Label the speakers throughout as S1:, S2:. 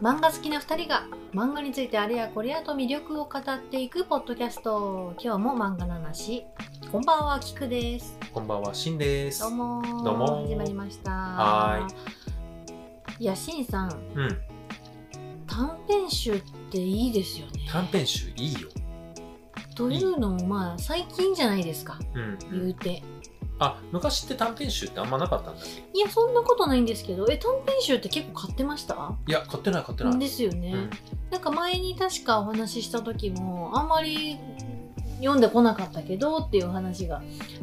S1: 漫画好きな2人が漫画についてあれやこれやと魅力を語っていくポッドキャスト今日も漫画の話こんばんはきくです
S2: こんばんは、しんです。
S1: どうもー
S2: どうもー
S1: 始まりました
S2: は
S1: ーいやしんさん
S2: うん、
S1: 短編集っていいですよね
S2: 短編集いいよ。
S1: というのもまあ最近じゃないですか
S2: うん、う。
S1: 言うんて
S2: あ、昔って短編集ってあんまなかったんだっけ
S1: いやそんなことないんですけどえ短編集って結構買ってました
S2: いや、買ってない買ってない。
S1: ですよね、
S2: うん、
S1: なんか前に確かお話しした時もあんまり読んでこなかったけどっていう話が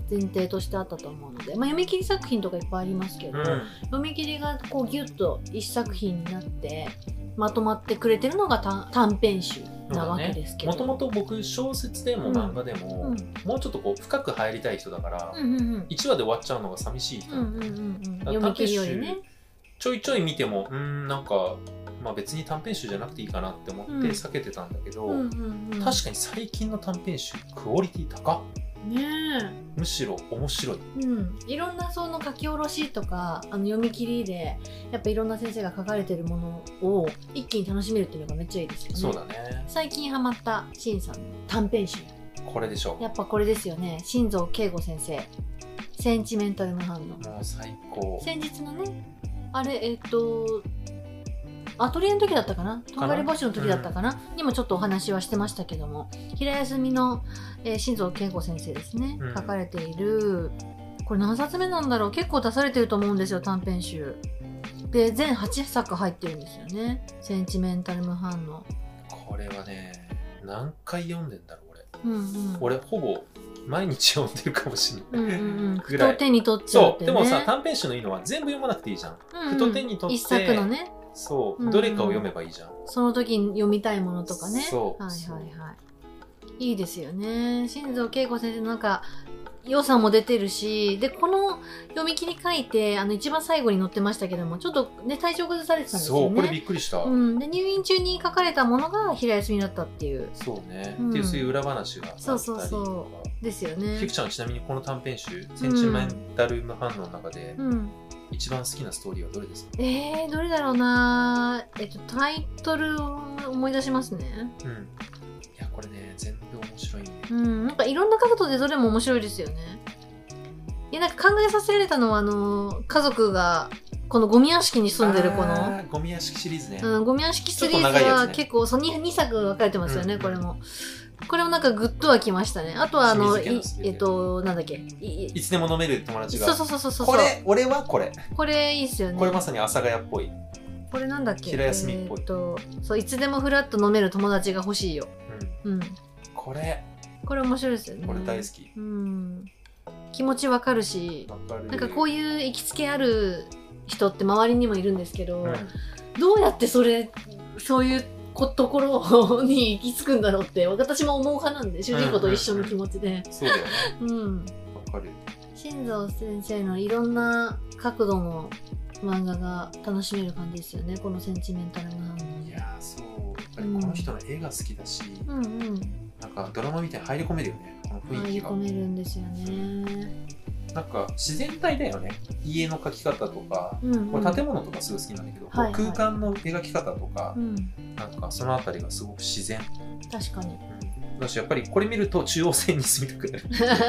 S1: 前提としてあったと思うので、まあ、読み切り作品とかいっぱいありますけど、
S2: うん、
S1: 読み切りがこうギュッと一作品になってまとまってくれてるのが短短編集なわけですけど。
S2: もともと僕、小説でも漫画でも、
S1: うん
S2: もうちょっとこう、深く入りたい人だから、
S1: うんうんうん
S2: 一1話で終わっちゃうのが寂しい人
S1: うんうんうんうん読み切りよりね。
S2: ちょいちょい見ても、うーん、なんか、まあ別に短編集じゃなくていいかなって思って
S1: うん
S2: 避けてたんだけど、
S1: うんうんうん
S2: 確かに最近の短編集、クオリティ高っ
S1: ねえ
S2: むしろ面白い。
S1: うん、いろんなその書き下ろしとかあの読み切りでやっぱいろんな先生が書かれてるものを一気に楽しめるっていうのがめっちゃいいですよね
S2: そうだね。
S1: 最近ハマったしんさんの短編集
S2: これでしょう。
S1: やっぱこれですよね新蔵慶吾先生「センチメンタルの反応
S2: もう最高」。
S1: 先日のねあれえっ、とアトリエの時だったかなとんがり星の時だったかなにもちょっとお話はしてましたけども平休みの、えー、新蔵慶吾先生ですね、
S2: うん
S1: 書かれているこれ何冊目なんだろう結構出されてると思うんですよ短編集で全8作入ってるんですよね「センチメンタル無反応」
S2: これはね何回読んでんだろう
S1: うんうん、
S2: 俺俺ほぼ毎日読んでるかもしれない、
S1: うんうんうん、
S2: ぐ
S1: ふ
S2: らい
S1: と手に取っちゃうっ
S2: そ
S1: て、
S2: う
S1: ね、
S2: でもさ短編集のいいのは全部読まなくていいじゃん
S1: うんうん
S2: ふと手に取って
S1: 一作のね
S2: そう、
S1: うん
S2: どれかを読めばいいじゃん
S1: その時に読みたいものとかね
S2: そう
S1: はいはいはいいいですよね新蔵恵子先生のなんか良さも出てるしでこの読み切り書いてあの一番最後に載ってましたけどもちょっとね体調崩されてたんです
S2: そ
S1: よ
S2: うこれび
S1: ね
S2: っくりした、
S1: うん、で入院中に書かれたものが平休みだったっていう
S2: そうね、
S1: うん
S2: っていうそういう裏話があったりと
S1: そう
S2: か
S1: そうそうですよ
S2: ひ
S1: ね
S2: くちゃんはちなみにこの短編集「センチメンタル無反応」の中で
S1: うん
S2: 一番好きなストーリーはどれですか、
S1: えー、どれだろうなえっとタイトルを思い出しますね
S2: うんいやこれね全部面白いね
S1: うん、なんかいろんな角度でどれも面白いですよね。いや、なんか考えさせられたのは、あの、家族が、このゴミ屋敷に住んでるこの、
S2: あーゴミ屋敷シリーズね、
S1: うん、ゴミ屋敷シリーズ
S2: ちょっと長いや
S1: は
S2: つね
S1: 結構、そう 2, 2作分かれてますよね、
S2: うん
S1: これも。これもなんかグッとはきましたね。あとは、あの、
S2: 清水家の
S1: い
S2: すべて
S1: えっと、なんだっけ、いい
S2: いつでも飲める友達が
S1: そうそうそうそうそう。
S2: これ俺はこれ
S1: これいいですよね。
S2: これまさに阿佐ヶ谷っぽい、
S1: これなんだっけ
S2: 平休みっぽい
S1: えっと、そう、いつでもフラッと飲める友達が欲しいよ。うん。
S2: これ
S1: これ面白いですよね。
S2: これ大好き
S1: うん。気持ちわかるし、
S2: わかる
S1: なんかこう
S2: い
S1: いう行きつけある人って周りにもいるんですけど、
S2: ん、
S1: どうやってそれそういうこところに行き着くんだろうって私も思う派なんで主人公と一緒の気持ちで、
S2: そうだよね
S1: うん、
S2: わかる
S1: 新蔵先生のいろんな角度の漫画が楽しめる感じですよねこのセンチメンタルな反
S2: いやーそうやっぱりこの人の絵が好きだし、
S1: 応うんうん
S2: なんかドラマみたいに入り込めるよねこの雰
S1: 入
S2: 囲
S1: り
S2: 気が
S1: 込めるんですよね、
S2: なんか自然体だよね家の描き方とか
S1: うんうん、
S2: これ建物とかすごい好きなんだけど、こう
S1: はいはい
S2: 空間の描き方とか、
S1: うん
S2: なんかそのあたりがすごく自然、
S1: 確 かに
S2: うん、だしやっぱりこれ見ると中央線に住みたくなる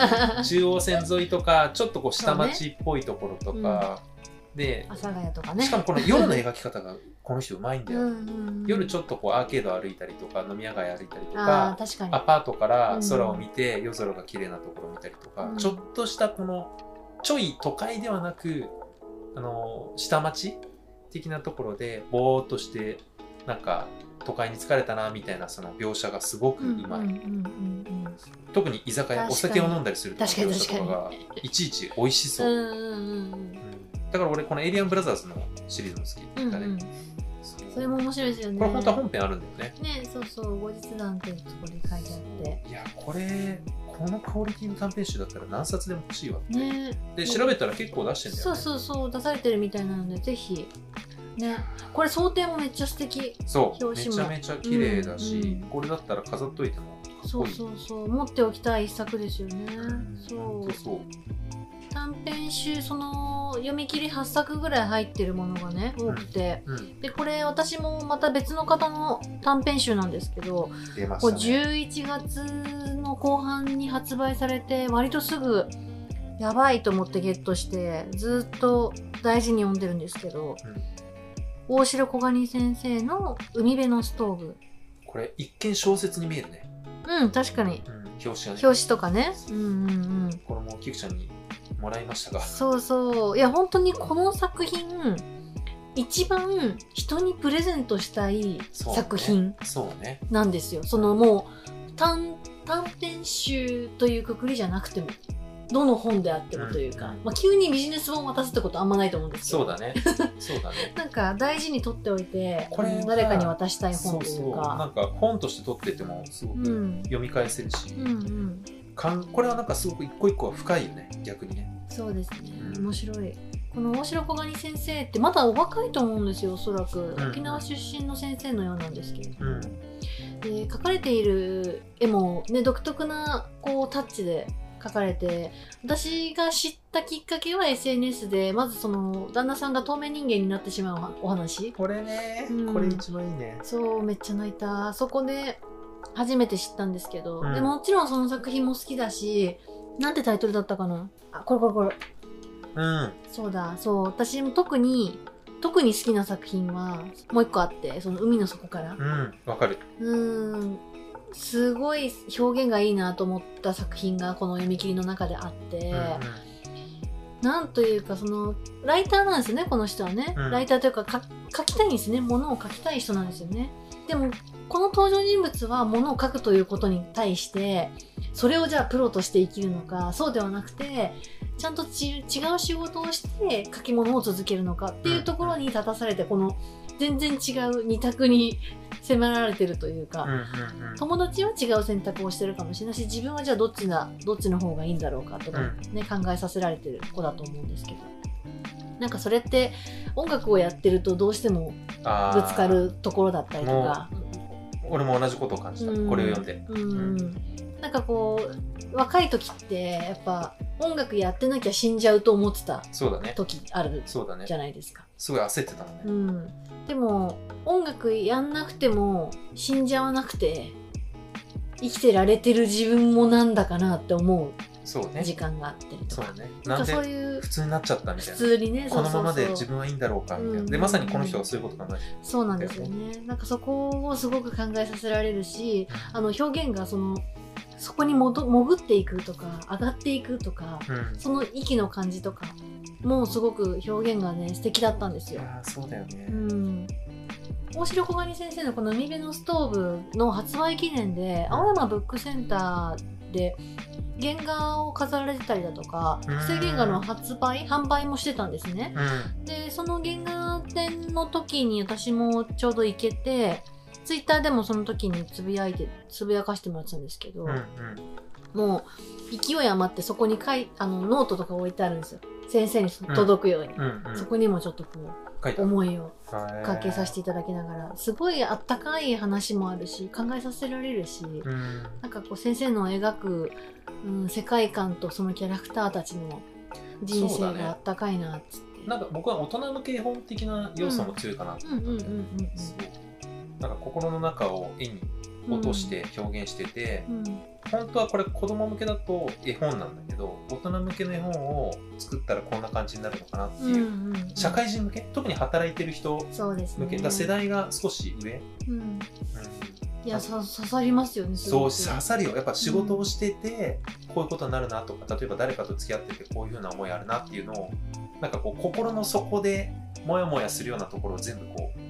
S2: 中央線沿いとかちょっとこう下町っぽいところとか、で
S1: 阿佐ヶ谷とかね
S2: しかもこの夜の描き方がこの人うまいんだよ、
S1: うんうんうん、
S2: 夜ち
S1: ょっ
S2: ょっとこうアーケード歩いたりとか飲み屋街歩いたりと
S1: あ
S2: か
S1: ー確かに
S2: アパートから空を見て夜空が綺麗なところを見たりとか、
S1: うん
S2: ちょっとしたこのちょい都会ではなくあの下町的なところでぼーっとしてなんか都会に疲れたなみたいなその描写がすごくうま
S1: うん
S2: い、
S1: うんうんうんうん
S2: 特に居酒屋お
S1: 確か
S2: 酒
S1: に
S2: を飲んだりする時の描写とかがいちいち美味しそうう、
S1: んうんうん
S2: だから俺この「エイリアンブラザーズ」のシリーズも好
S1: うん
S2: きだね、
S1: うんうん
S2: そう
S1: それも面白いですよね
S2: これ本当は本編あるんだよね
S1: ねそうそう後日談っていうところで書いてあって
S2: いやこれこのクオリティの短編集だったら何冊でも欲しいわって、
S1: ね
S2: で調べたら結構出してんだよ
S1: そう
S2: ね
S1: そうそう出されてるみたいなのでぜひねこれ想定もめっちゃ素敵
S2: そ
S1: 表
S2: う
S1: 紙
S2: めち
S1: も
S2: ゃめちゃ綺麗だし、
S1: うんうん
S2: これだったら飾っといてもかっ
S1: そ
S2: こ
S1: う
S2: いい
S1: そうそう持っておきたい一作ですよね
S2: うん
S1: そ
S2: ほん
S1: う
S2: とそう
S1: 短短編集その読み切り8作ぐらい入ってるものがね多くて、
S2: うん、
S1: でこれ私もまた別の方の短編集なんですけど、
S2: 出ま
S1: こう
S2: したね。
S1: 11月の後半に発売されて割とすぐやばいと思ってゲットしてずっと大事に読んでるんですけど、大城小金先生の「海辺のストーブ
S2: これ一見小説に見えるね。」
S1: うん確かに
S2: うん、表紙が
S1: 表
S2: ね。
S1: 紙とかねうんうんうん
S2: これもキクちゃんにもらいましたが。
S1: そうそういや本当にこの作品一番人にプレゼントしたい
S2: そうね
S1: 作品
S2: そうね。
S1: なんですよそ,、のもう短短編集というくくりじゃなくてもどの本であってもというか、
S2: うん
S1: まあ、急にビジネス本渡すってことあんまないと思うんですけ
S2: そう
S1: ど
S2: だね。そうだね。
S1: なんか大事に取っておいて
S2: これは
S1: 誰かに渡したい
S2: そ
S1: 本
S2: う
S1: とい
S2: そうう。な
S1: か
S2: んか本として取っててもすご
S1: う
S2: く
S1: ん
S2: 読み返せるし、
S1: うんうん
S2: かんこれはなんかすごく一個一個は深いよね。逆にね。
S1: そうですね
S2: うん
S1: 面白いこの大城小金先生ってまだお若いと思うんですよおそらく、
S2: うん
S1: 沖縄出身の先生のようなんですけれど
S2: う
S1: も、
S2: ん。
S1: で描かれている絵も、ね、独特なこうタッチで描かれて私が知ったきっかけは SNS でまずその旦那さんが透明人間になってしまうお話
S2: これね
S1: うん
S2: 番いいね。
S1: そうめっちゃ泣いたそこで初めて知ったんですけど、
S2: うん
S1: でもちろんその作品も好きだしなんてタイトルだったかなあこれこれこれ
S2: うん。
S1: そうだそう私も特に特に好きな作品はもう一個あってその海の底から
S2: うん。わかる。
S1: うーんすごい表現がいいなと思った作品がこの読み切りの中であって、なんというかそのライターなんですよねこの人はね、
S2: うん
S1: ライターというかか書きたいんですねものを書きたい人なんですよねでもこの登場人物はものを書くということに対してそれをじゃあプロとして生きるのかそうではなくてちゃんとち違う仕事をして書き物を続けるのかっていうところに立たされてこの全然違う二択に迫られてるというか、
S2: うんうんうん。
S1: 友達は違う選択をしてるかもしれないし自分はじゃあどっちだどっちの方がいいんだろうかとか、ね考えさせられてる子だと思うんですけどなんかそれって音楽をやってるとどうしても
S2: あ
S1: ぶ
S2: ー
S1: つかるところだったりとか
S2: 俺も同じことを感じた、
S1: うん
S2: これを読んで
S1: うん、なんかこう若い時ってやっぱ音楽やってなきゃ死んじゃうと思ってた
S2: そうだね
S1: 時ある
S2: そうだね
S1: じゃないですか。
S2: すごい焦ってたのね、
S1: うん、でも音楽やんなくても死んじゃわなくて生きてられてる自分もなんだかなって思う
S2: そうね
S1: 時間があったりと
S2: そう
S1: か
S2: だね
S1: なか
S2: なんんで
S1: そういう
S2: 普通になっちゃったみた
S1: 普
S2: いな
S1: 通にね
S2: このままで
S1: そうそう
S2: 自
S1: そう
S2: 分はいいんだろうかみたいな、
S1: うん
S2: でまさにこの人がそういうこと考えて
S1: そうなんですよねなんかそこをすごく考えさせられるしあの表現がそのそこにもど潜っていくとか上がっていくとか
S2: た、うん、い
S1: その息の感じとかもうすごく表現がね素敵だったんですよ。
S2: やーそうだよね、
S1: うん大城小金先生のこの「海辺のストーブ」の発売記念で青山ブックセンターで原画を飾られてたりだとか
S2: うん
S1: 複製原画の発売販売もしてたんですね
S2: うん
S1: でその原画展の時に私もちょうど行けてツイッターでもその時につぶやいてつぶやかしてもらってたんですけど、
S2: うん
S1: もう勢い余ってそこに書いあのノートとか置いてあるんですよ先生に届くように、
S2: うんうんうん
S1: そこにもちょっとこ
S2: 書いうた
S1: 思いを
S2: お
S1: かけさせていただきながらすごいあったかい話もあるし考えさせられるし、
S2: うん
S1: なんかこう先生の描く、うん、世界観とそのキャラクターたちの人
S2: そうだ
S1: 生
S2: ね
S1: があったかいなっつって
S2: なんか僕は大人向け絵本的な要素も強いかなと
S1: うん
S2: 思
S1: う
S2: っ
S1: ん
S2: た
S1: うんん
S2: だよ
S1: う
S2: ね
S1: んうん
S2: そうなんか心の中を絵に落として表現してて、
S1: うん
S2: 本当はこれ子供向けだと絵本なんだけど大人向けの絵本を作ったらこんな感じになるのかなって
S1: うんう
S2: いう、
S1: んうん
S2: 社会人向け特に働いてる人
S1: そうですね
S2: 向けだから世代が少し上、うん
S1: うん、いやさ刺さりますよねす
S2: そ
S1: ご
S2: う
S1: く
S2: 刺さるよやっぱ仕事をしててこういうことになるなとか例えば誰かと付き合っててこういうふうな思いあるなっていうのをなんかこう心の底でモヤモヤするようなところを全部こう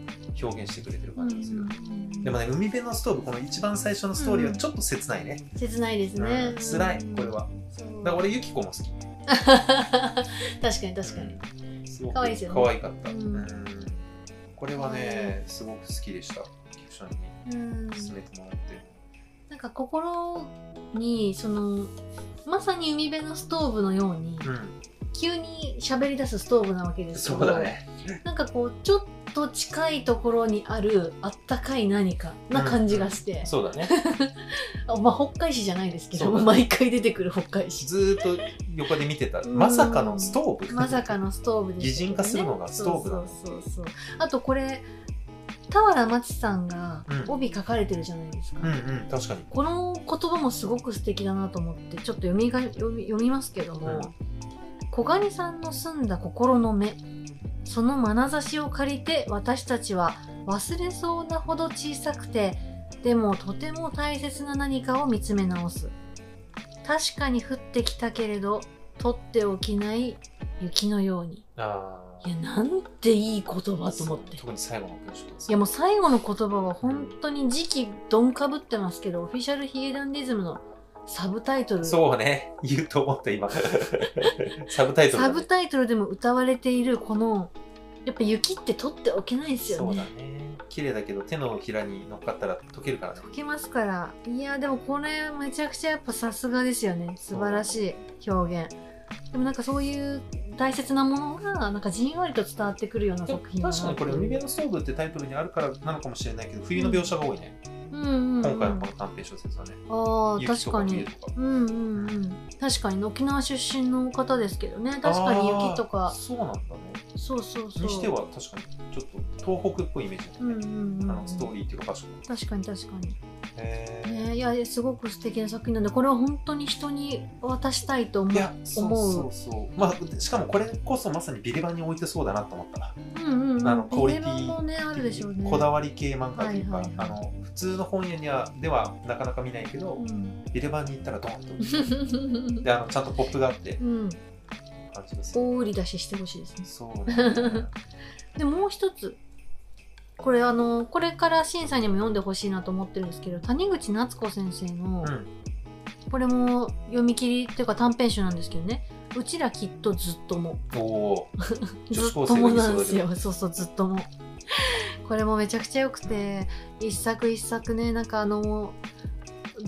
S2: 表現してくれてる
S1: うん
S2: 感
S1: う
S2: じでする
S1: んうん
S2: でもね海辺のストーブこの一番最初のストーリー
S1: う
S2: は
S1: ん
S2: ちょっと切ないね、
S1: 切ないです
S2: うん
S1: ね、
S2: 辛いこれは
S1: そう
S2: だから俺ユキコも好き
S1: 確かに確かに、
S2: に。すごく
S1: 可愛いですよね
S2: 可愛かった。
S1: う
S2: うんん。これはね、すごく好きでした。キクシャンに
S1: うん、
S2: 勧めてもらって。
S1: なんか心にそのまさに海辺のストーブのように、
S2: う
S1: 急に喋り出すストーブなわけで
S2: ん。
S1: すけ
S2: そ
S1: ど
S2: うだね。
S1: なんかこうちょっと近いところにあるあったかい何かな感じがして、
S2: そうだね。
S1: あまあ北海市じゃないですけど
S2: そうだね
S1: 毎回出てくる北海市
S2: ずーっと横で見てた。
S1: うん
S2: まさかのストーブ。
S1: まさかのストーブでしたけど
S2: 擬人化するのがストーブなの
S1: そうそうそうそうあとこれ俵真知さんが
S2: うん
S1: 帯書かれてるじゃないですか、
S2: うんうん、確かに。
S1: この言葉もすごく素敵だなと思ってちょっと読みが読み読みますけども、
S2: うん
S1: 小金さんの澄んだ心の目その眼差しを借りて私たちは忘れそうなほど小さくてでもとても大切な何かを見つめ直す確かに降ってきたけれど取っておきない雪のように
S2: ああ
S1: い。やなんていい言葉と思って
S2: 特に最後の文章です
S1: いやもう最後の言葉は本当に時期どんかぶってますけど、オフィシャルヒゲダンディズムのサブタイトル、サ
S2: そうね。言うと思った今。 サブタイトルだね、
S1: ブタイトルでも歌われているこの、やっぱ雪って取っておけないですよ
S2: そうだ
S1: ね。
S2: ね。綺麗だけど手のひらに乗っかったら溶けるからね。
S1: 溶けますから。いや、でもこれめちゃくちゃやっぱさすがですよね。素晴らしい表現。でもなんかそういう大切なものが、なんかじんわりと伝わってくるような
S2: でも
S1: 作品だな
S2: 確かにこれ「海辺のストーブ」ってタイトルにあるからなのかもしれないけど冬の描写が多いね、
S1: うんうん、うん、
S2: 今回のこの短編小説はね
S1: ああ、
S2: 雪
S1: 確
S2: と
S1: か
S2: か
S1: に
S2: 冬。とか
S1: うんうんうん、確かに沖縄出身の方ですけどね確かに雪と
S2: あー
S1: か
S2: そうなんだね
S1: そうそうそう
S2: にしては確かにちょっと東北っぽいイメージだ
S1: う
S2: よ
S1: ん
S2: ね、
S1: うんうん
S2: あのストーリーっていうか場所
S1: 確かに確か
S2: へ
S1: に、
S2: ー
S1: ね、いやすごく素敵な作品なんでこれは本当に人に渡したいと思
S2: いうやそう
S1: 思う
S2: そうそうまあしかもこれこそまさにビレバンに置いてそうだなと思った
S1: うんうんうん
S2: あのクオリティ
S1: 定番もねあるでしょうね
S2: こだわり系漫画というか、
S1: はいはいはい
S2: あの普通の本屋にはではなかなか見ないけど、
S1: うん
S2: ビレバンに行ったらドーン とであのちゃんとポップがあって
S1: うん
S2: 感じが する
S1: 大売り出ししてほしいですね
S2: そうね
S1: でもう一つこれあのこれから審査にも読んでほしいなと思ってるんですけど谷口夏子先生の、
S2: うん
S1: これも読み切りっていうか短編集なんですけどねうちらきっとずっとも
S2: おおー
S1: ず
S2: 女
S1: っ
S2: 子高
S1: とも
S2: 生が言い
S1: な
S2: そ
S1: んで
S2: うだ
S1: す
S2: けど
S1: よそうそうずっともこれもめちゃくちゃ良くて一作一作ねなんかあの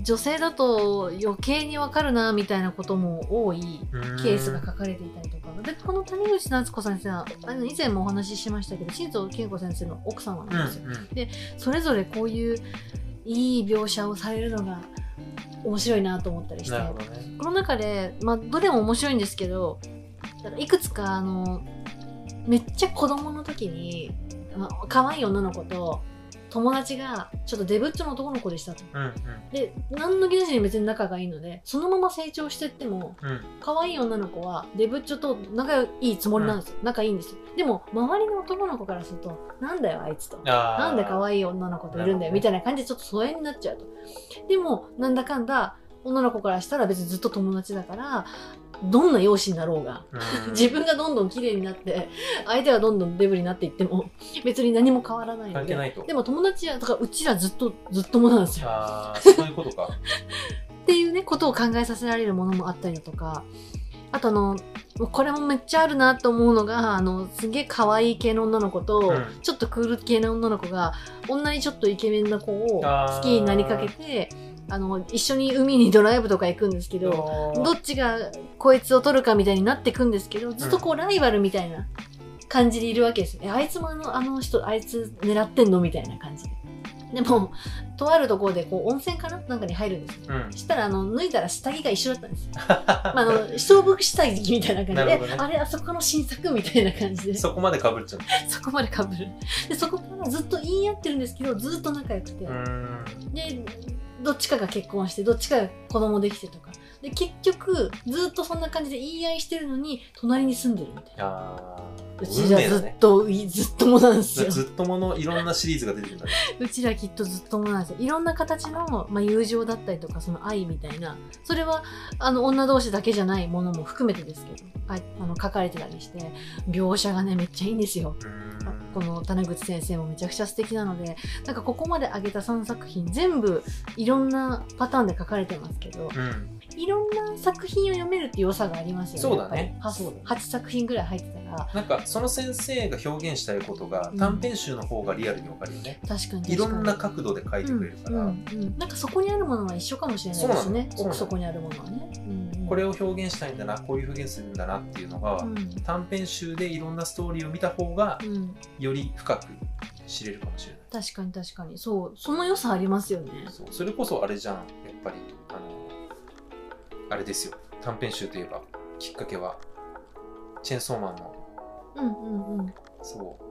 S1: 女性だと余計にわかるなみたいなことも多いケースが書かれていたりとかでこの谷口夏子先生はあの以前もお話ししましたけど新藤健子先生の奥様
S2: うん
S1: なんですよ、それぞれこういういい描写をされるのが面白いなと思ったり
S2: う
S1: し
S2: ん、
S1: て
S2: なるほどね
S1: この中で、まあ、どれも面白いんですけどなんかいくつかあのめっちゃ子供の時にまあ可愛い女の子と友達がちょっとデブっちょの男の子でしたと。
S2: うん
S1: で何の気なしに別に仲がいいのでそのまま成長してっても
S2: うんうん
S1: 可愛い女の子はデブっちょと仲いいつもりなんですよ、仲いいんですよでも周りの男の子からすると「なんだよあいつ」と
S2: あ
S1: なんで可
S2: い
S1: 愛い女の子といるんだよ
S2: なるほどね
S1: みたいな感じでちょっと疎遠になっちゃうと。でもなんだかんだ女の子からしたら別にずっと友達だからどんな容姿になろうが 自分がどんどん綺麗になって相手がどんどんデブになっていっても別に何も変わらないの
S2: 関係
S1: で。
S2: ないと
S1: でも友達やとかうちらずっとずっともなんですよ。
S2: ああそういうことか
S1: っていうねことを考えさせられるものもあったりだとかあとあのこれもめっちゃあるなと思うのがあのすげえ可愛い系の女の子と、
S2: うん
S1: ちょっとクール系の女の子が女にちょっとイケメンな子を
S2: あー
S1: 好きになりかけてあの一緒に海にドライブとか行くんですけど
S2: ど
S1: どっちがこいつを取るかみたいになってくんですけどずっとこうライバルみたいな感じでいるわけですよ、えあいつもあのあの人あいつ狙ってんのみたいな感じででもとあるところでこう温泉かななんかに入るんですよ
S2: うん
S1: したらあの脱いだら下着が一緒だったんですよ、ま あ、あの勝負下着みたいな感じ
S2: な
S1: で、
S2: るほどね
S1: あれあそこの新作みたいな感じで
S2: そこまでかぶっちゃう
S1: そこまでかぶるでそこからずっと言い合ってるんですけどずっと仲良くて、
S2: うーん
S1: でどっちかが結婚してどっちかが子供できてとかで結局ずっとそんな感じで言い合いしてるのに隣に住んでるみたいな
S2: あ
S1: う
S2: ー
S1: ち
S2: 運
S1: ら
S2: 命
S1: ず
S2: だ
S1: っ
S2: ね
S1: と、いずっともなんです
S2: ず
S1: よ
S2: ずっとものいろんなシリーズが出てるんだね
S1: うちらきっとずっともなんですよいろんな形の、まあ、友情だったりとかその愛みたいなそれはあの女同士だけじゃないものも含めてですけどああの書かれてたりして描写がねめっちゃいいんですよ
S2: う
S1: こ
S2: ーん
S1: の谷口先生もめちゃくちゃ素敵なのでなんかここまで挙げた3作品全部いろんなパターンで書かれてますけど
S2: うん
S1: いろんな作品を読めるって良さがありますよね
S2: そうだね
S1: やっぱり
S2: そうだね
S1: 8, 作品ぐらい入ってたら
S2: なんかその先生が表現したいことが
S1: うん
S2: 短編集の方がリアルにわかるよね
S1: 確かに確かに
S2: いろんな角度で書いてくれるか
S1: うん
S2: ら
S1: うんうんなんかそこにあるものは一緒かもしれないですね
S2: そうなの
S1: 奥底にあるものはね、うんうん
S2: これを表現したいんだなこういう表現するんだなっていうのが、
S1: うん
S2: 短編集でいろんなストーリーを見た方が
S1: うん、
S2: より深く知れるかもしれない。
S1: 確かに確かにそうその良さありますよね
S2: そうそれこそあれじゃんやっぱりあのあれですよ短編集といえばきっかけはチェンソーマンの
S1: うんうんうん
S2: そう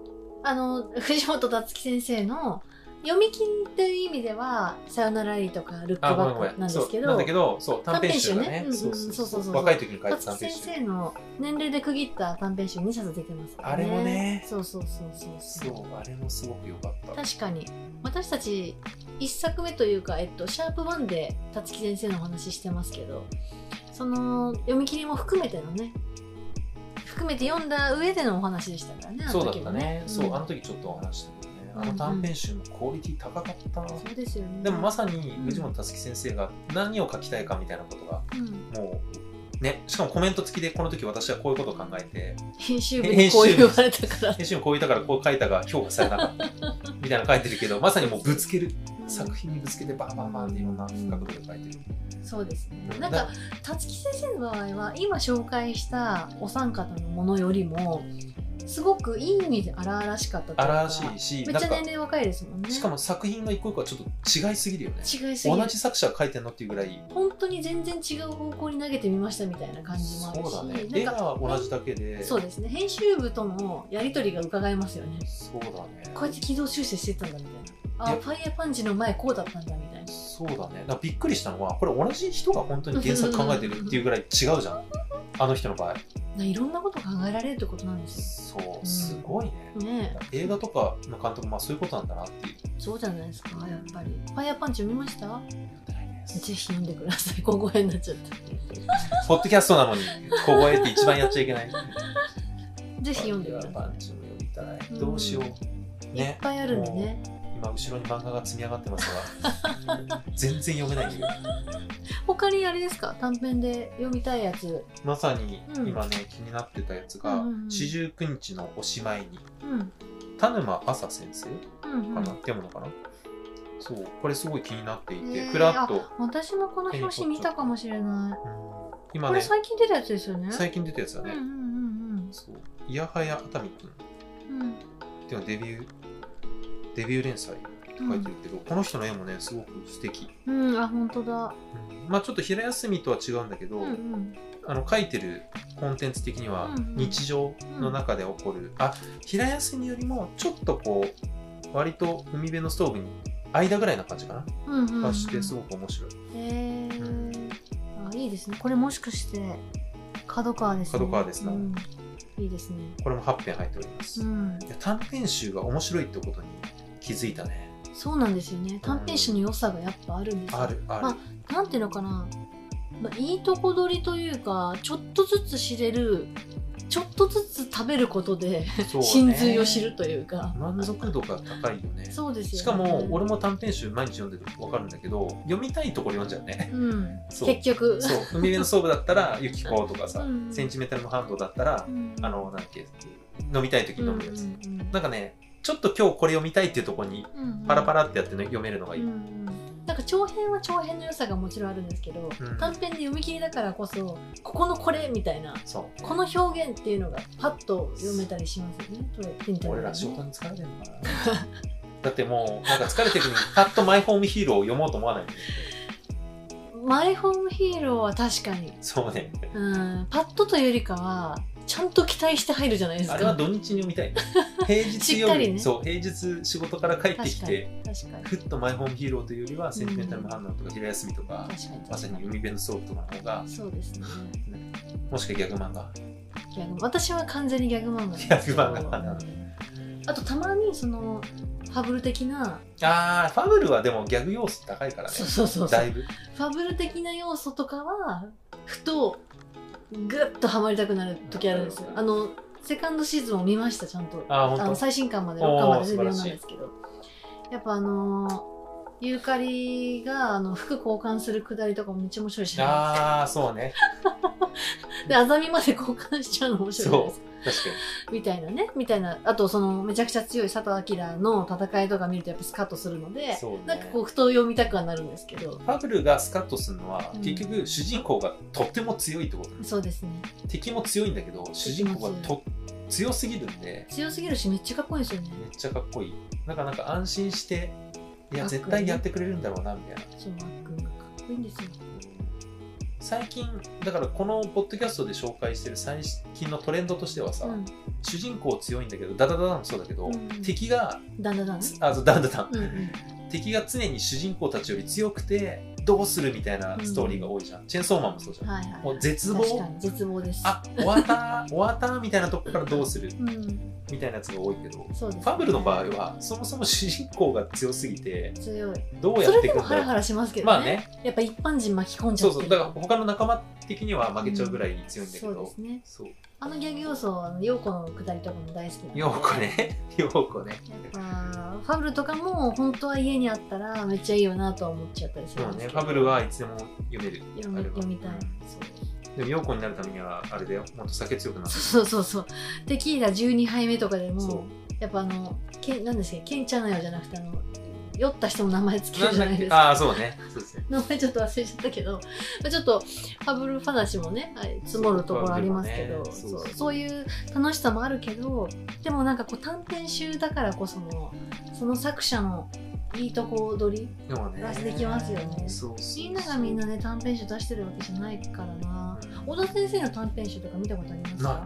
S1: あの藤本達樹先生の読み切りっていう意味では「さよならリ」とか「ルック
S2: あごめ
S1: バ
S2: んごめ
S1: ッ
S2: ん
S1: ク」なんですけ
S2: そうなん
S1: ど
S2: だけどそう短編集がね
S1: 短編集ねうんうん
S2: そう
S1: そうそうそう
S2: 若い時に書いた
S1: 達
S2: 短
S1: 樹
S2: 編
S1: 先
S2: 集
S1: 生の年齢で区切った短編集2冊出てますから
S2: あれもね
S1: そうそうそうそうそ
S2: そううあれもすごく良かった
S1: 確かに私たち1作目というか、えっと、シャープ1で辰木先生のお話ししてますけどその読み切りも含めてのね含めて読んだ上でのお話でしたからねあ
S2: そ
S1: の
S2: うだっ
S1: 時も
S2: たね、そうあの
S1: ん
S2: 時ちょっとお話ししたけどね
S1: うん
S2: あの短編集のクオリティ高かったな
S1: そうですよね
S2: でもま
S1: さ
S2: さに藤本つ樹先生が何を書きたいかみたいなことがもうねしかもコメント付きでこの時私はこういうことを考えて
S1: 編集部にこう言われたから
S2: 編集もこう言ったからこう書いたが評価されなかったみたいなの書いてるけどまさにもうぶつける作品にぶつけてバンバンバンっていろんな角度で書いてる
S1: そうですね
S2: うん
S1: なんか辰木先生の場合は今紹介したお三方のものよりもすごくいい意味で荒々しかったというか
S2: 荒々しいし
S1: めっ
S2: なん
S1: ちゃ
S2: か
S1: 年齢若いですもんね
S2: しかも作品の一個一個はちょっと違いすぎるよね
S1: 違いすぎる
S2: 同じ作者が書いてんのっていうぐらい
S1: 本当に全然違う方向に投げてみましたみたいな感じもあるし
S2: そうだね
S1: なん
S2: 絵
S1: か
S2: が同じだけで
S1: そうですね編集部とのやり取りが伺えますよね
S2: そうだ
S1: こうやっ
S2: ね
S1: て軌道修正してたんだみたいなあ
S2: いや
S1: ファイヤーパンチの前こうだったんだみたいな
S2: そうだねだからびっくりしたのはこれ同じ人が本当に原作考えてるっていうぐらい違うじゃんあの人の場合
S1: ないろんなこと考えられるってことなんです
S2: そうすごいね
S1: よね
S2: 映画とかの監督もまあそういうことなんだなっていう
S1: えそうじゃないですかやっぱりファイヤーパンチ読みましたぜひ読んでください高校編になっちゃった
S2: ポッドキャストなのに小声って一番やっちゃいけない。
S1: ぜひ読んでくだ
S2: パ
S1: さ
S2: ンチを読みた
S1: うん
S2: い。どうしよう。
S1: い、いっ
S2: ね、
S1: ぱいあるんでね
S2: 今後ろに漫画が積み上がってます が、全然読めないんだけど。
S1: 他にあれですか短編で読みたいやつ
S2: まさに
S1: うん
S2: 今ね、気になってたやつ
S1: う
S2: が
S1: んうんう、ん
S2: 四十九日のおしまいに、
S1: うん
S2: 田沼朝先生
S1: うんう
S2: か
S1: ん
S2: なって読むのかな。そう、これすごい気になってい
S1: ね
S2: て、
S1: え
S2: ふらっと、
S1: 私もこの表紙見たかもしれない
S2: うん今
S1: これ
S2: ね、
S1: 最近出たやつですよね。
S2: 最近出たやつだ
S1: うんう
S2: ね。
S1: ん
S2: そう、いやはや熱海くんっ
S1: うんうん。
S2: ていうのはデビュー、デビュー連載。
S1: うん
S2: 書いてるけど、この人の絵もねすごく素敵、
S1: うん、あ、本当だ。
S2: まあちょっと平休みとは違うんだけど、
S1: うんうん。
S2: あの書いてるコンテンツ的には
S1: うんうん
S2: 日常の中で起こる、あ平休みよりもちょっとこう割と海辺のストーブに間ぐらいな感じかな、
S1: うんうん、うん。
S2: がしてすごく面白い
S1: へーあ、いいですね。これもしかして、角川ですね。
S2: 角川ですね
S1: うんいいですね。
S2: これも8編入っております、
S1: う
S2: い
S1: ん。
S2: や短編集が面白いってことに気づいたね
S1: そうなんですよね。短編集の良さがやっぱあるんですよ。
S2: あるある、
S1: まなんていうのかな。まあ、いいとこ取りというか、ちょっとずつ知れる、ちょっとずつ食べることで、
S2: そうね
S1: 真髄を知るというか。
S2: 満足度が高いよね
S1: そうですよ、ね。
S2: しかも俺も短編集毎日読んでる分かるんだけど読みたいところ読んじゃうね
S1: うん、
S2: そう
S1: 結局
S2: そう海辺の総部だったら「ユキコ」とかさ、
S1: うん
S2: センチメンタルのハンドだったら、
S1: うん
S2: あのなんだっけ飲みたい時に飲むや
S1: う
S2: つ、
S1: んうんうん
S2: なんかねちょっと今日これ読みたいっていうところに
S1: うんうん
S2: パラパラってやって、ね、読めるのがいい、
S1: うんうんなんか長編は長編の良さがもちろんあるんですけど、
S2: うん
S1: 短編で読み切りだからこそここのこれみたいな
S2: そう
S1: この表現っていうのがパッと読めたりしますよねこれピンタ
S2: 俺ら仕
S1: ー
S2: 事
S1: ね
S2: に疲れてる のかな だってもうなんか疲れてるのにパッと「マイホームヒーロー」を読もうと思わないもんね
S1: マイホームヒーローは確かに
S2: そうね
S1: うんパッとというよりかはちゃんと期待して入るじゃないですか
S2: あれは土日に読 みたい平日
S1: しっか
S2: 読
S1: り
S2: み、
S1: ね
S2: そう平日仕事から帰ってき
S1: 確かに
S2: て
S1: 確かに
S2: ふっと「マイホームヒーロー」というよりは「センチメンタルのハンド」とか「昼休み」とか
S1: 確かに
S2: ま
S1: 確
S2: さに
S1: か
S2: 海
S1: に
S2: 辺の総部とかの方が
S1: そうですね
S2: もしくはギャグ漫画
S1: ギャグ私は完全にギャグ漫画なんですけど
S2: ギャグ漫画なの
S1: あとたまにそのファブル的な、
S2: ああファブルはでもギャグ要素高いからね
S1: そうそうそうそう
S2: だいぶ
S1: ファブル的な要素とかはふとグッとハマりたくなる時あるんですよあのセカンドシーズンを見ましたちゃんと
S2: ああ
S1: あの
S2: 本
S1: 最新刊まで
S2: おー
S1: 6巻まで出てるよう
S2: 素
S1: なん
S2: 晴らしい
S1: ですけどやっぱあのーユーカリがあの服交換するくだりとかもめっちゃ面白いし
S2: 当ああそうね
S1: で、あざみまで交換しちゃうの面白いじゃないですか。
S2: 確かに。
S1: みたいなね、みたいな。あと、その、めちゃくちゃ強い佐藤明の戦いとか見るとやっぱスカッとするので、
S2: そうね
S1: なんかこう、太読みたくはなるんですけど。
S2: ファブルがスカッとするのは、
S1: うん
S2: 結局主人公がとっても強いってことなんです
S1: そうですね。
S2: 敵も強いんだけど主人公がと強すぎるんで
S1: 強すぎるし、めっちゃかっこいいですよね。
S2: めっちゃかっこいいなんかなんか安心して
S1: かっこ
S2: い
S1: い
S2: や
S1: い
S2: 絶対やってくれるんだろうなみたいな
S1: そう、マックンがかっこいいんですよ。
S2: 最近だからこのポッドキャストで紹介してる最近のトレンドとしてはさ、
S1: うん。
S2: 主人公強いんだけどダダダダもそうだけど、
S1: うん
S2: 敵が
S1: だんだんだん。
S2: つあそうダンダダン、
S1: うんうん。
S2: 敵が常に主人公たちより強くてどうするみたいなストーリーが多いじゃん、チェーンソーマンもそうじゃん、
S1: はいはい。
S2: もう絶望
S1: 確かに、絶望です。
S2: あ終わった終わったみたいなとこからどうする
S1: うん。
S2: みたいなやつが多いけど
S1: そうです、ね。
S2: ファブルの場合はそもそも主人公が強すぎて
S1: 強い。
S2: どうや
S1: そ
S2: っ
S1: れ
S2: てい
S1: で
S2: く
S1: も
S2: んだ
S1: ハ
S2: ろ
S1: ラ
S2: う、
S1: ハラしますけどね。
S2: まあね
S1: やっぱ一般人巻き込んじゃ
S2: そ
S1: っ
S2: う
S1: て
S2: そう
S1: る
S2: だから他の仲間的には負けちゃうぐらい強いんだけ
S1: そうで
S2: ど
S1: す、ね。
S2: そう
S1: あのギャグ要素は、ヨーコのくだりとかも大好きなんで。
S2: ようこ。ね ようこね
S1: あーファブルとかも本当は家にあったらめっちゃいいよなとは思っちゃったりす
S2: そ
S1: るん
S2: う
S1: です
S2: ねフ
S1: けど
S2: ァブルはいつでも読める
S1: 読
S2: あ
S1: み
S2: れは
S1: 読みたい
S2: でもようこになるためにはあれだよもっと酒強くなる
S1: そうそうそうそうテキーラ12杯目とかで
S2: そ
S1: もやっぱあのけんなんですかケンちゃんのよじゃなくてあの酔った人の名前つけるじゃないですか
S2: ああーそうねそうですね
S1: 名前ちょっと忘れちゃったけど、まあ、ちょっとファブル話もねあ積もるところありますけど
S2: そ
S1: そうう
S2: そう
S1: そういう楽しさもあるけどでもなんかこう短編集だからこそのその作者のいいとこ取り
S2: でもね
S1: 出してきますよね
S2: そうそう
S1: みんながみんなね短編集出してるわけじゃないからな小田先生の短編集とか見たことありますか
S2: な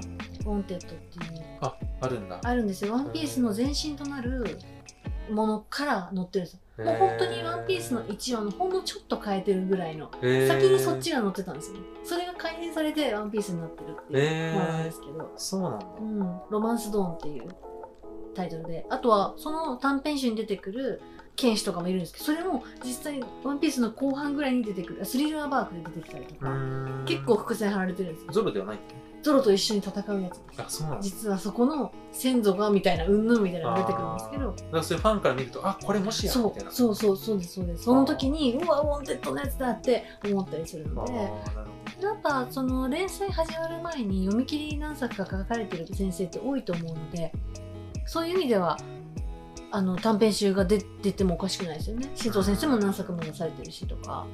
S1: ウォンテッドっていう
S2: ああるんだ
S1: あるんですよワンピースの前身となるものから載ってるんですよもう本当にワンピースの1話のほんのちょっと変えてるぐらいの先にそっちが載ってたんですよねそれが改変されてワンピースになってるっていうものなんですけど、
S2: そうなんだ
S1: うん、ロマンスドーンっていうタイトルであとはその短編集に出てくる剣士とかもいるんですけどそれも実際ワンピースの後半ぐらいに出てくるあスリラーバークで出てきたりと
S2: う
S1: か、
S2: ーん
S1: 結構伏線張られてるんですよ
S2: ゾロではないっけ
S1: ゾロと一緒に戦うやつです
S2: あそうなんだ
S1: 実はそこの先祖がみたいなうんぬんみたいなのが出てくるんですけど
S2: だからそれファンから見るとあこれもしやみ
S1: そ
S2: たいな
S1: うそうそうそうですそうですその時にうわウォンテッドのやつだって思ったりする
S2: あ
S1: の
S2: ー
S1: で
S2: なるほ
S1: なんかその連載始まる前に読み切り何作か書かれてる先生って多いと思うのでそういう意味ではあの短編集が出出てもおかしくないですよね新藤先生も何作も出されてるしとか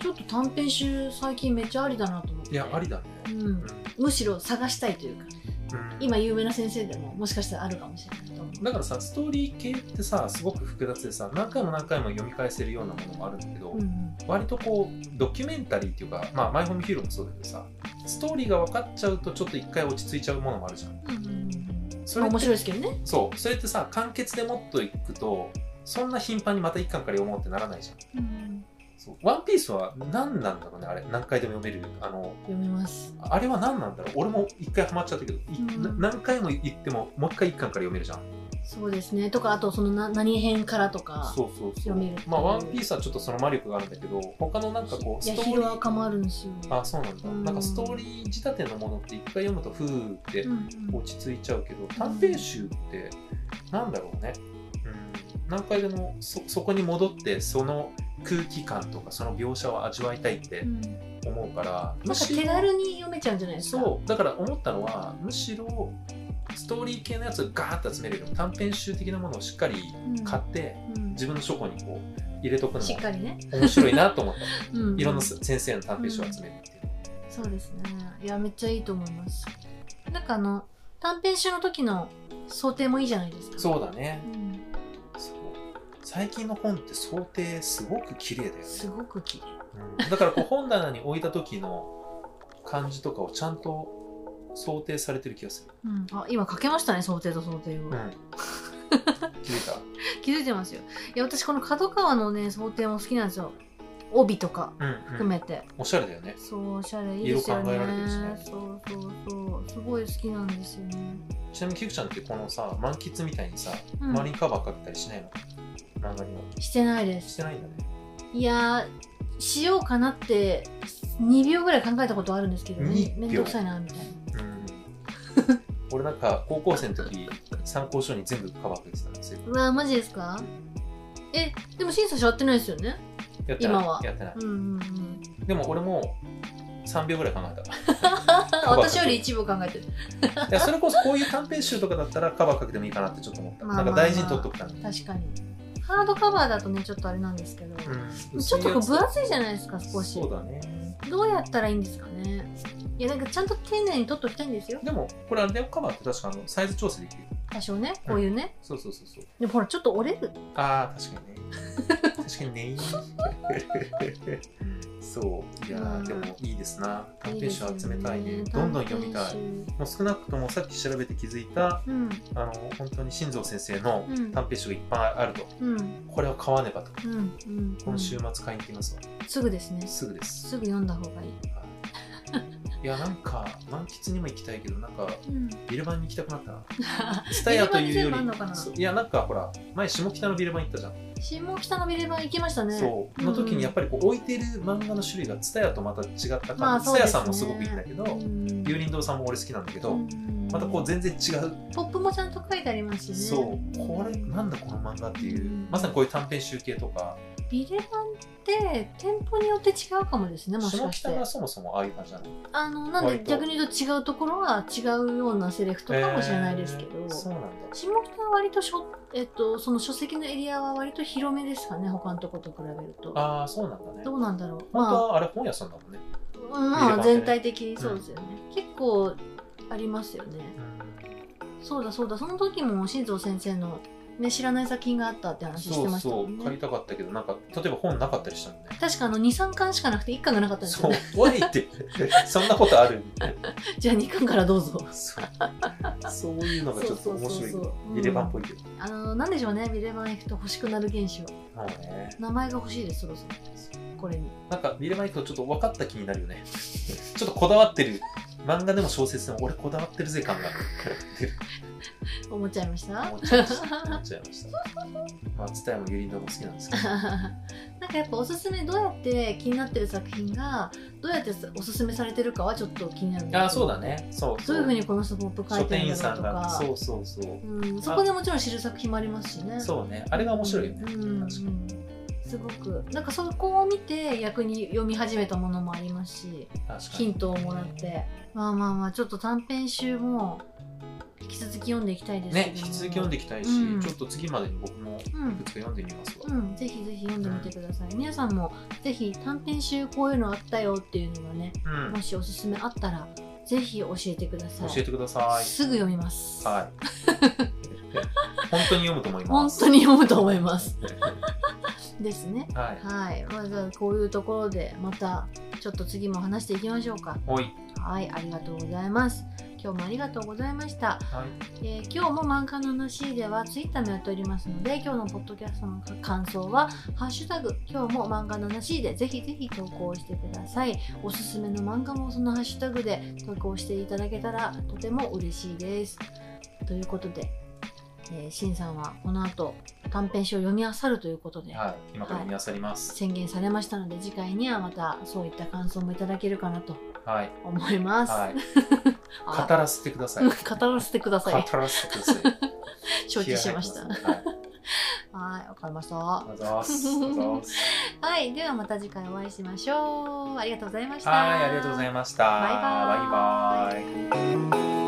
S1: ちょっと短編集最近めっちゃありだなと思っ
S2: ど
S1: て
S2: いやありだね
S1: う、
S2: うん
S1: むしろ探したいというか
S2: ん
S1: 今有名な先生でももしかしたらあるかもしれないと思う
S2: だからさストーリー系ってさすごく複雑でさ何回も何回も読み返せるようなものもあるんだけど、
S1: うんうん
S2: 割とこうドキュメンタリーっていうかまあマイホームヒーローもそうだけどさストーリーが分かっちゃうとちょっと一回落ち着いちゃうものもあるじゃん
S1: うんうん
S2: そ
S1: うん
S2: れって
S1: 面白いですけどね
S2: そうそれってさ完結でもっといくとそんな頻繁にまた一巻から読もうってならないじゃんそうワンピースは何なんだろうねあれ何回でも読めるあの
S1: 読みます
S2: あれは何なんだろう俺も一回ハマっちゃったけど、い
S1: うん
S2: な何回も言ってももう一回一巻から読めるじゃん
S1: そうですねとかあとそのな何編からとか
S2: そうそうそう
S1: 読める
S2: まあワンピースはちょっとその魔力があるんだけど他のなんかこう
S1: いや
S2: ストー
S1: ヒ
S2: リ
S1: ロアカ
S2: ー
S1: もあるんですよ
S2: あそうなんだ、
S1: うん
S2: なんかストーリー仕立てのものって一回読むとふーって
S1: うんうん
S2: 落ち着いちゃうけど、短編集ってなんだろうね、うん、何回でもそそこに戻ってその空気感とかその描写を味わいたいって
S1: うん
S2: 思うから、
S1: なんか手軽に読めちゃうんじゃないですか
S2: そうだから思ったのはむしろストーリー系のやつをガーッと集めるよりも短編集的なものをしっかり
S1: うん
S2: 買って、
S1: うん
S2: 自分の書庫にこう入れとくの
S1: しっ
S2: も
S1: かりね
S2: 面白いなと思っ た
S1: う
S2: いろんな先生の短編集を集めるっていう
S1: そうですねいやめっちゃいいと思いますなんかあの短編集の時の想定もいいじゃないですか
S2: そうだね
S1: うん
S2: そう最近の本って想定すごく綺麗だよね、
S1: すごく綺麗
S2: うんだからこう本棚に置いた時の感じとかをちゃんと想定されてる気がする、
S1: うんあ今書けましたね想定と想定を
S2: うん、気づいた
S1: 気づいてますよいや私この角川のね想定も好きなんですよ帯とか
S2: うん、う
S1: 含
S2: ん
S1: めて、
S2: おしゃれだよね
S1: そうおしゃれいいですよね
S2: 色考えられてるしね
S1: そうそうそうすごい好きなんですよね
S2: ちなみにキクちゃんってこのさ満喫みたいにさ
S1: うん
S2: マリンカバーかけたりしないの漫画にも
S1: してないで
S2: し
S1: す
S2: てないんだね
S1: いやーしようかなって2秒ぐらい考えたことあるんですけどね
S2: 2秒
S1: めんどくさいなみたいな
S2: うん 俺なんか高校生の時参考書に全部カバーかけてたんですよ
S1: うわーマジですかえでも審査しちゃってないですよね
S2: やってない
S1: 今は
S2: やってない
S1: うんうんうん
S2: でも俺も3秒ぐらい考えた
S1: 私より一部考えてる。
S2: いやそれこそこういう短編集とかだったらカバーかけてもいいかなってちょっと思った、
S1: まあまあ
S2: なんか大事に取っとくために、
S1: 確かに。ハードカバーだとね、ちょっとあれなんですけど。
S2: うん
S1: ちょっとこう分厚いじゃないですか、少し
S2: そ。うだね
S1: どうやったらいいんですかね。いや、なんかちゃんと丁寧に取っときたいんですよ。
S2: でもこれあれだよカバーって確かあのサイズ調整できる
S1: 多少ね、こういうね。
S2: そうそうそうそう
S1: でもほら、ちょっと折れる。
S2: ああ確かにね確かに ねそういやーでもいいですな短編集集めたいね
S1: です
S2: ど
S1: よね
S2: んどん読みたい。もう少なくともさっき調べて気づいた
S1: うん、
S2: あの本当に新蔵先生の
S1: うん
S2: 短編集がいっぱいあると、
S1: うん、
S2: これは買わねばと
S1: うん、うん。
S2: 今週末買いに行きますわ、
S1: すぐですね。
S2: すぐです
S1: すぐ読んだ方がいい。
S2: いやなんか満喫にも行きたいけどなんか
S1: うん。
S2: ビルバンに行きたくなった なスタヤとい
S1: ビル
S2: うよ
S1: バンに全部あんのか
S2: り
S1: な
S2: そういやなんかほら前下北のビルバン行ったじゃん、
S1: 下北のビレバン行きましたね。
S2: そうの時にやっぱりこう置いてる漫画の種類が蔦屋とまた違った
S1: ま
S2: 感
S1: あ
S2: じ
S1: そう
S2: 蔦
S1: です
S2: 屋
S1: ね
S2: さんもすごくいいんだけど
S1: うん
S2: 幽林堂さんも俺好きなんだけど、
S1: うん
S2: またこう全然違う、
S1: ポップもちゃんと書いてありますしね。
S2: そうこれなんだこの漫画っていう、
S1: うん
S2: まさにこういう短編集系とか
S1: ビレバンって店舗によって違うかもですねもし
S2: 下
S1: かして
S2: 北がそもそもああいう感じなの
S1: あのなん
S2: 割
S1: で
S2: と
S1: 逆に言うと違うところは違うようなセレクトかもしれないですけど、
S2: えーそうなんだ
S1: 下北は割としょ、えっと、その書籍のエリアは割と広めですかね他のとこと比べると
S2: ああそうなんだね
S1: どうなんだろう
S2: 本当
S1: ま
S2: はあれ本屋さんだもんね、
S1: あ、うんま
S2: ビレバン
S1: あ
S2: ってね
S1: 全体的にそうですよね、結構ありますよねそうだそうだその時も新蔵先生の、ね、知らない作品があったって話し
S2: そ
S1: て
S2: う
S1: ました
S2: そ
S1: も
S2: うん
S1: ね
S2: 借りたかったけどなんか例えば本なかったりしたもんね
S1: 確かあの23巻しかなくて1巻がなかったんですよ
S2: そう
S1: ね
S2: 「おい!」って そんなことある
S1: じゃあ2巻からどうぞ
S2: そうそういうのがちょっと面白い
S1: そうそうそうそう
S2: ビレバンっぽいけど
S1: あのなんでしょうねビレバン行くと欲しくなる現象
S2: もうね
S1: 名前が欲しいですそろそろこれに
S2: なんかビレバン行くとちょっと分かった気になるよね ちょっとこだわってる漫画でも小説でも俺こだわってるぜ感が出る
S1: 思っちゃいました
S2: 思っちゃいました思っちゃいましたまあ蔦屋もユリンドも好きなんですけど
S1: なんかやっぱおすすめどうやって気になってる作品がどうやっておすすめされてるかはちょっと気になるん
S2: ああそうだねそう
S1: ど
S2: そう
S1: いうふうにこの人ポップ書
S2: 書
S1: いて
S2: 店
S1: る
S2: 員
S1: んだ
S2: さ
S1: ろ
S2: ん
S1: うと
S2: が
S1: か
S2: そうそうそう
S1: うん、そこでもちろん知る作品もありますしね
S2: そうねあれが面白いよね、
S1: うんうん
S2: 確かに
S1: すごくなんかそこを見て逆に読み始めたものもありますし
S2: 確か
S1: ヒン
S2: に
S1: トをもらってまあまあまあちょっと短編集も引き続き読んでいきたいですけど
S2: ね引き続き読んでいきたいし、
S1: うん
S2: ちょっと次までに僕もいく
S1: うん
S2: つか読んでみますわ、
S1: うん、ぜひぜひ読んでみてください、皆さんもぜひ短編集こういうのあったよっていうのがね
S2: うん
S1: もしおすすめあったらぜひ教えてください
S2: 教えてください
S1: すぐ読みます、
S2: はい本当に読むと思いま
S1: 本
S2: す
S1: 当に読むと思いますですね
S2: はい
S1: はい、まあ、じゃあこういうところでまたちょっと次も話していきましょうか
S2: おい、
S1: はいありがとうございます今日もありがとうございました
S2: はい、
S1: えー今日も漫画の話ではツイッターもやっておりますので今日のポッドキャストの感想は「ハッシュタグ今日も漫画の話」でぜひぜひ投稿してくださいおすすめの漫画もそのハッシュタグで投稿していただけたらとても嬉しいですということで、えー、しんさんはこの後短編集を読み漁るということで
S2: はい、今から読み漁ります
S1: 宣言されましたので次回にはまたそういった感想もいただけるかなと
S2: はい、
S1: 思います、
S2: はい、
S1: あ
S2: 語らせてください
S1: 語らせてください
S2: 語らせてください
S1: 承知しました
S2: 気合入ってます
S1: はいわかりました
S2: はい、ありがとうございますありがとうございます
S1: はい、ではまた次回お会いしましょう。ありがとうございました。
S2: はい、ありがとうございました
S1: バイバーイ
S2: バイバイ